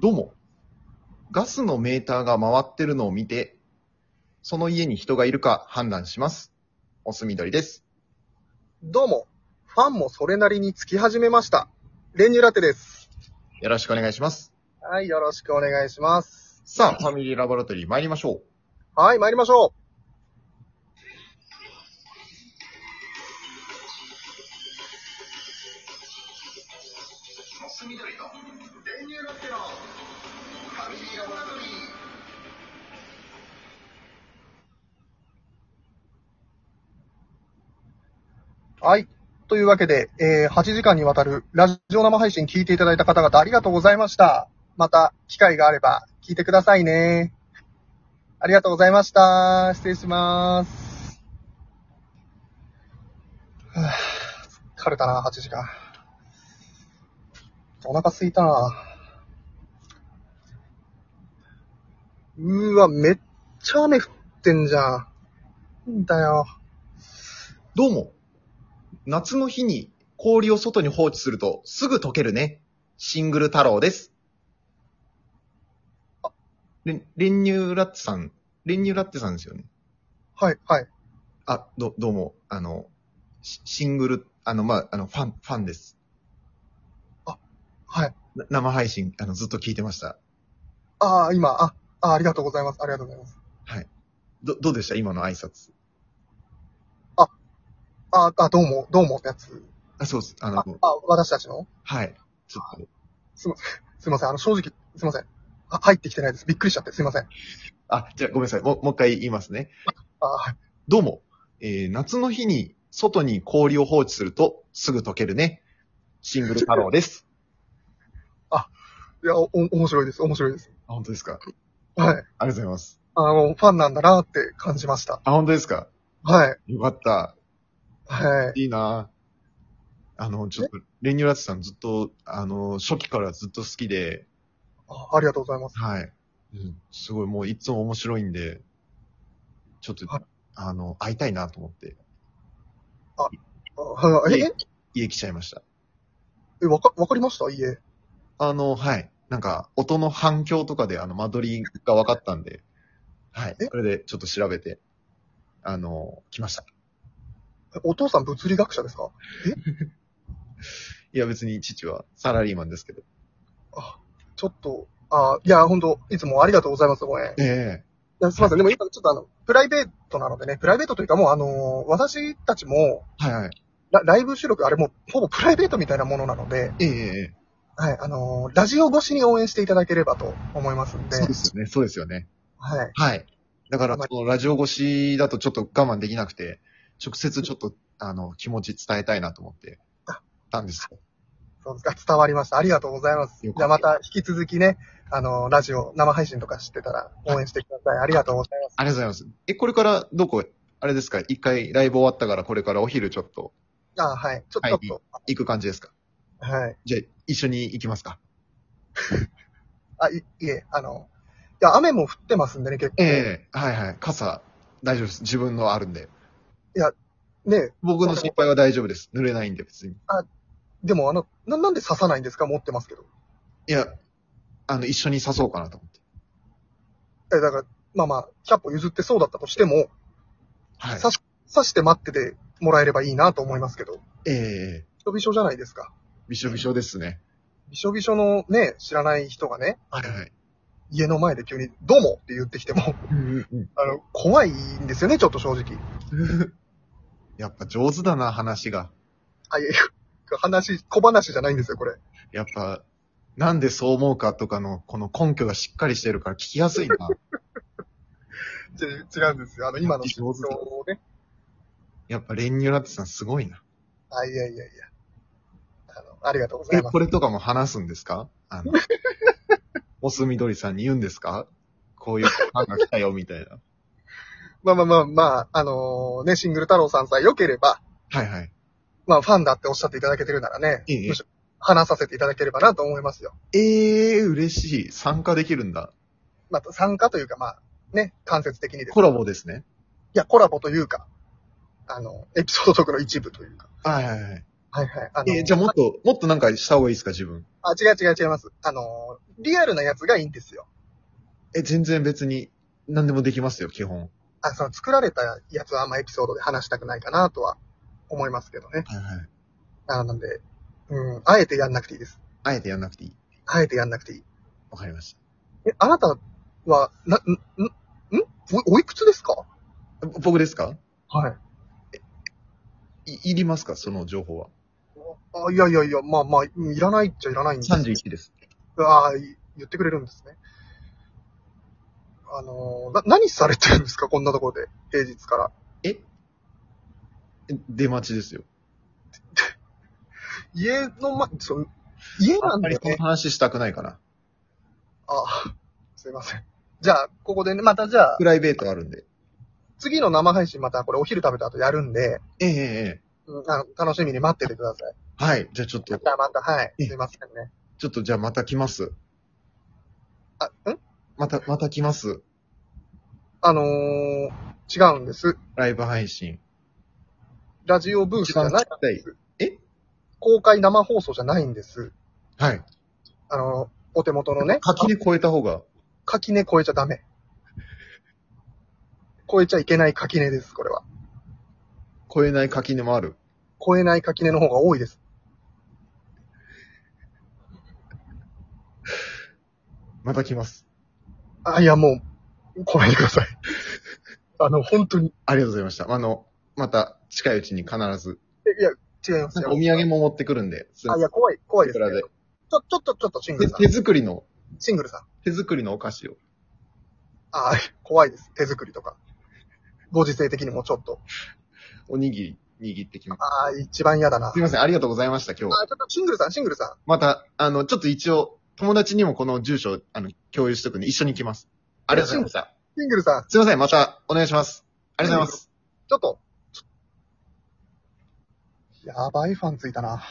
どうも、ガスのメーターが回ってるのを見て、その家に人がいるか判断します。おすみどりです。どうも、ファンもそれなりにつき始めました。練乳ラテです。よろしくお願いします。はい、よろしくお願いします。さあ、ファミリーラボラトリー参りましょう。はい、参りましょおすみどりと、電流ラテのファミリーラボラトリー。う。はい。というわけで、えー、8時間にわたるラジオ生配信聞いていただいた方々ありがとうございました。また、機会があれば聞いてくださいね。ありがとうございました。失礼します。はぁ、疲れたな、8時間。お腹すいたな。うーわ、めっちゃ雨降ってんじゃん。なんだよ。どうも、夏の日に氷を外に放置するとすぐ溶けるね。シングル太郎です。れ、練乳ラッツさん、練乳ラッツさんですよね。はい、はい。あ、ど、どうも、あの、シシングル、あの、まあ、あの、ファン、ファンです。はい。な生配信、あの、ずっと聞いてました。ああ、今、あ、あ、ありがとうございます。ありがとうございます。ど、どうでした今の挨拶。ああ、どうも、どうもってやつ。あ、そうです。あのあ、、あ私たちのはい。ちょっと、すいません。あの、正直、すいません。あ、入ってきてないです。びっくりしちゃって。すいません。あ、じゃあごめんなさい。もう、もう一回言いますね。あはい。どうも、えー、夏の日に外に氷を放置するとすぐ溶けるね。シングル太郎です。いや、お、面白いです。面白いです。 あ、本当ですか。はい。ありがとうございます。あの、ファンなんだなって感じました。あ、本当ですか。はい。よかった。はい。いいなあの、ちょっと、レニューラッツさんずっと、あの、初期からずっと好きで、あありがとうございます。はい。うん、すごい、もういつも面白いんで、ちょっとはい、あの、会いたいなと思って、あはいえ、家来ちゃいました。え、わか、わかりました家。あの、はい。なんか、音の反響とかで、あの、間取りが分かったんで、はい。えそれで、ちょっと調べて、あの、来ました。お父さん物理学者ですかいや、別に父はサラリーマンですけど。ちょっと、あいや、本当いつもありがとうございます。ごめん。ええいやすみません。でも今ちょっとあの、プライベートなのでね、プライベートというかもうあのー私たちもはいはい。ラ、ライブ収録、あれもうほぼプライベートみたいなものなので、えええええはい、あのーラジオ越しに応援していただければと思いますんえで、そうですよね。そうですよね。はい。はい。だから、はいそのラジオ越しだとちょっと我慢できなくて、直接ちょっと、あの、気持ち伝えたいなと思ってあ、たんですよ。そうですか。伝わりました。ありがとうございます。じよかったゃあまた引き続きね、あのーラジオ、生配信とかしてたら応援してください。ありがとうございます。ありがとうございます。え、これからどこ、あれですか一回ライブ終わったからこれからお昼ちょっとあはい。ちょはいっと、ちょっ行く感じですかと、はい。じゃあ、一緒に行きますかあ、い、いえ、あの、いや、雨も降ってますんでね、結構。ええはいはい。傘、大丈夫です。自分のあるんで。ね僕の心配は大丈夫です。濡れないんで、別に。でもあの、な、なんで刺さないんですか持ってますけど。いや、あの、一緒に刺そうかなと思って。え、だから、まあまあ、100歩譲ってそうだったとしても、はい。刺し、刺して待っててもらえればいいなと思いますけど、ええええびしょびしょじゃないですか。びしょびしょですね。びしょびしょのね、知らない人がね、はいはい。家の前で急に、どうもって言ってきても、うんうんうん。あの、怖いんですよね、ちょっと正直。やっぱ上手だな、話が。あ、いやいや、話、小話じゃないんですよ、これ。やっぱ、なんでそう思うかとかの、この根拠がしっかりしてるから聞きやすい な。ち違うんですよ。あの、今の上手だをね。やっぱ練乳ラテさんすごいな。あ、いやいやいや。あの、ありがとうござえ、いますこ。れとかも話すんですかあの、モスミドリさんに言うんですかこういうファンが来たよ、みたいな。まあまあまあまあ、あのね、シングル太郎さんさえ良ければ、はいはい。まあ、ファンだっておっしゃっていただけてるならね、いいねむしろ話させていただければなと思いますよ。ええー、嬉しい。参加できるんだ。まあ、参加というか、まあ、ね、間接的にです。コラボですね。いや、コラボというか、あの、エピソードトークの一部というか、はいはいはい。はいはい。あの、えーじゃあもっと、もっとなんかした方がいいですか、自分。あ、違う違う違います。あの、リアルなやつがいいんですよ。え、全然別に、何でもできますよ、基本。あ、その作られたやつはあんまエピソードで話したくないかなとは思いますけどね。はいはい。あなんで、うん、あえてやんなくていいです。あえてやんなくていい。あえてやんなくていい。わかりましえ、あなたは、な、ん、ん、んお、おいくつですかた。ぼ僕ですかはい。い、いりますかその情報は。あいやいやいや、まあまあ、うんいらないっちゃいらないんです31です。ああ、い言ってくれるんですね。あのー、な、何されてるんですかこんなところで。平日から。え出待ちですよ。家のま、そう、家あなんんまでりねその。話したくないかな。あ、すいません。じゃあ、ここでね、またじゃあプ、ライベートあるんで。次の生配信またこれお昼食べた後やるんで、えええええうん、あの楽しみに待っててください。えはい。じゃあちょっとま、たまた、はい。えすいませんね。ちょっとじゃあまた来ます。あ、んまた、また来ます。あのー、違うんです。ライブ配信。ラジオブースじゃない一番聞きたいえ公開生放送じゃないんです。はい。あのー、お手元のね、垣根超えた方が。垣根超えちゃダメ。超えちゃいけない垣根です、これは。超えない垣根もある。超えない垣根の方が多いです。また来ます。あ、いや、もう、ごめんなさい。 あの、本当に、ありがとうございました。あの、また近いうちに必ず。いや、違いますなんよ。かお土産も持ってくるんで。あ、いや、怖い、怖いいです、くね。らで。ちょ、ちょっと、ちょっと、シング手ルさ ん。手作りの、シングルさん。手作りのお菓子を。あー怖いです。手作りとか。ご時世的にもちょっと。おにぎり握ってきます。ああ、一番嫌だな。あーすいません。ありがとうございました、今日は。ちょっとシングルさん、シングルさん。また、あの、ちょっと一応、友達にもこの住所、あの、共有しとくんで、一緒に来ます。ありがとうございました。シングルさん、すいません。また、お願いします。ありがとうございます。ちょっと。ちょやばいファンついたな。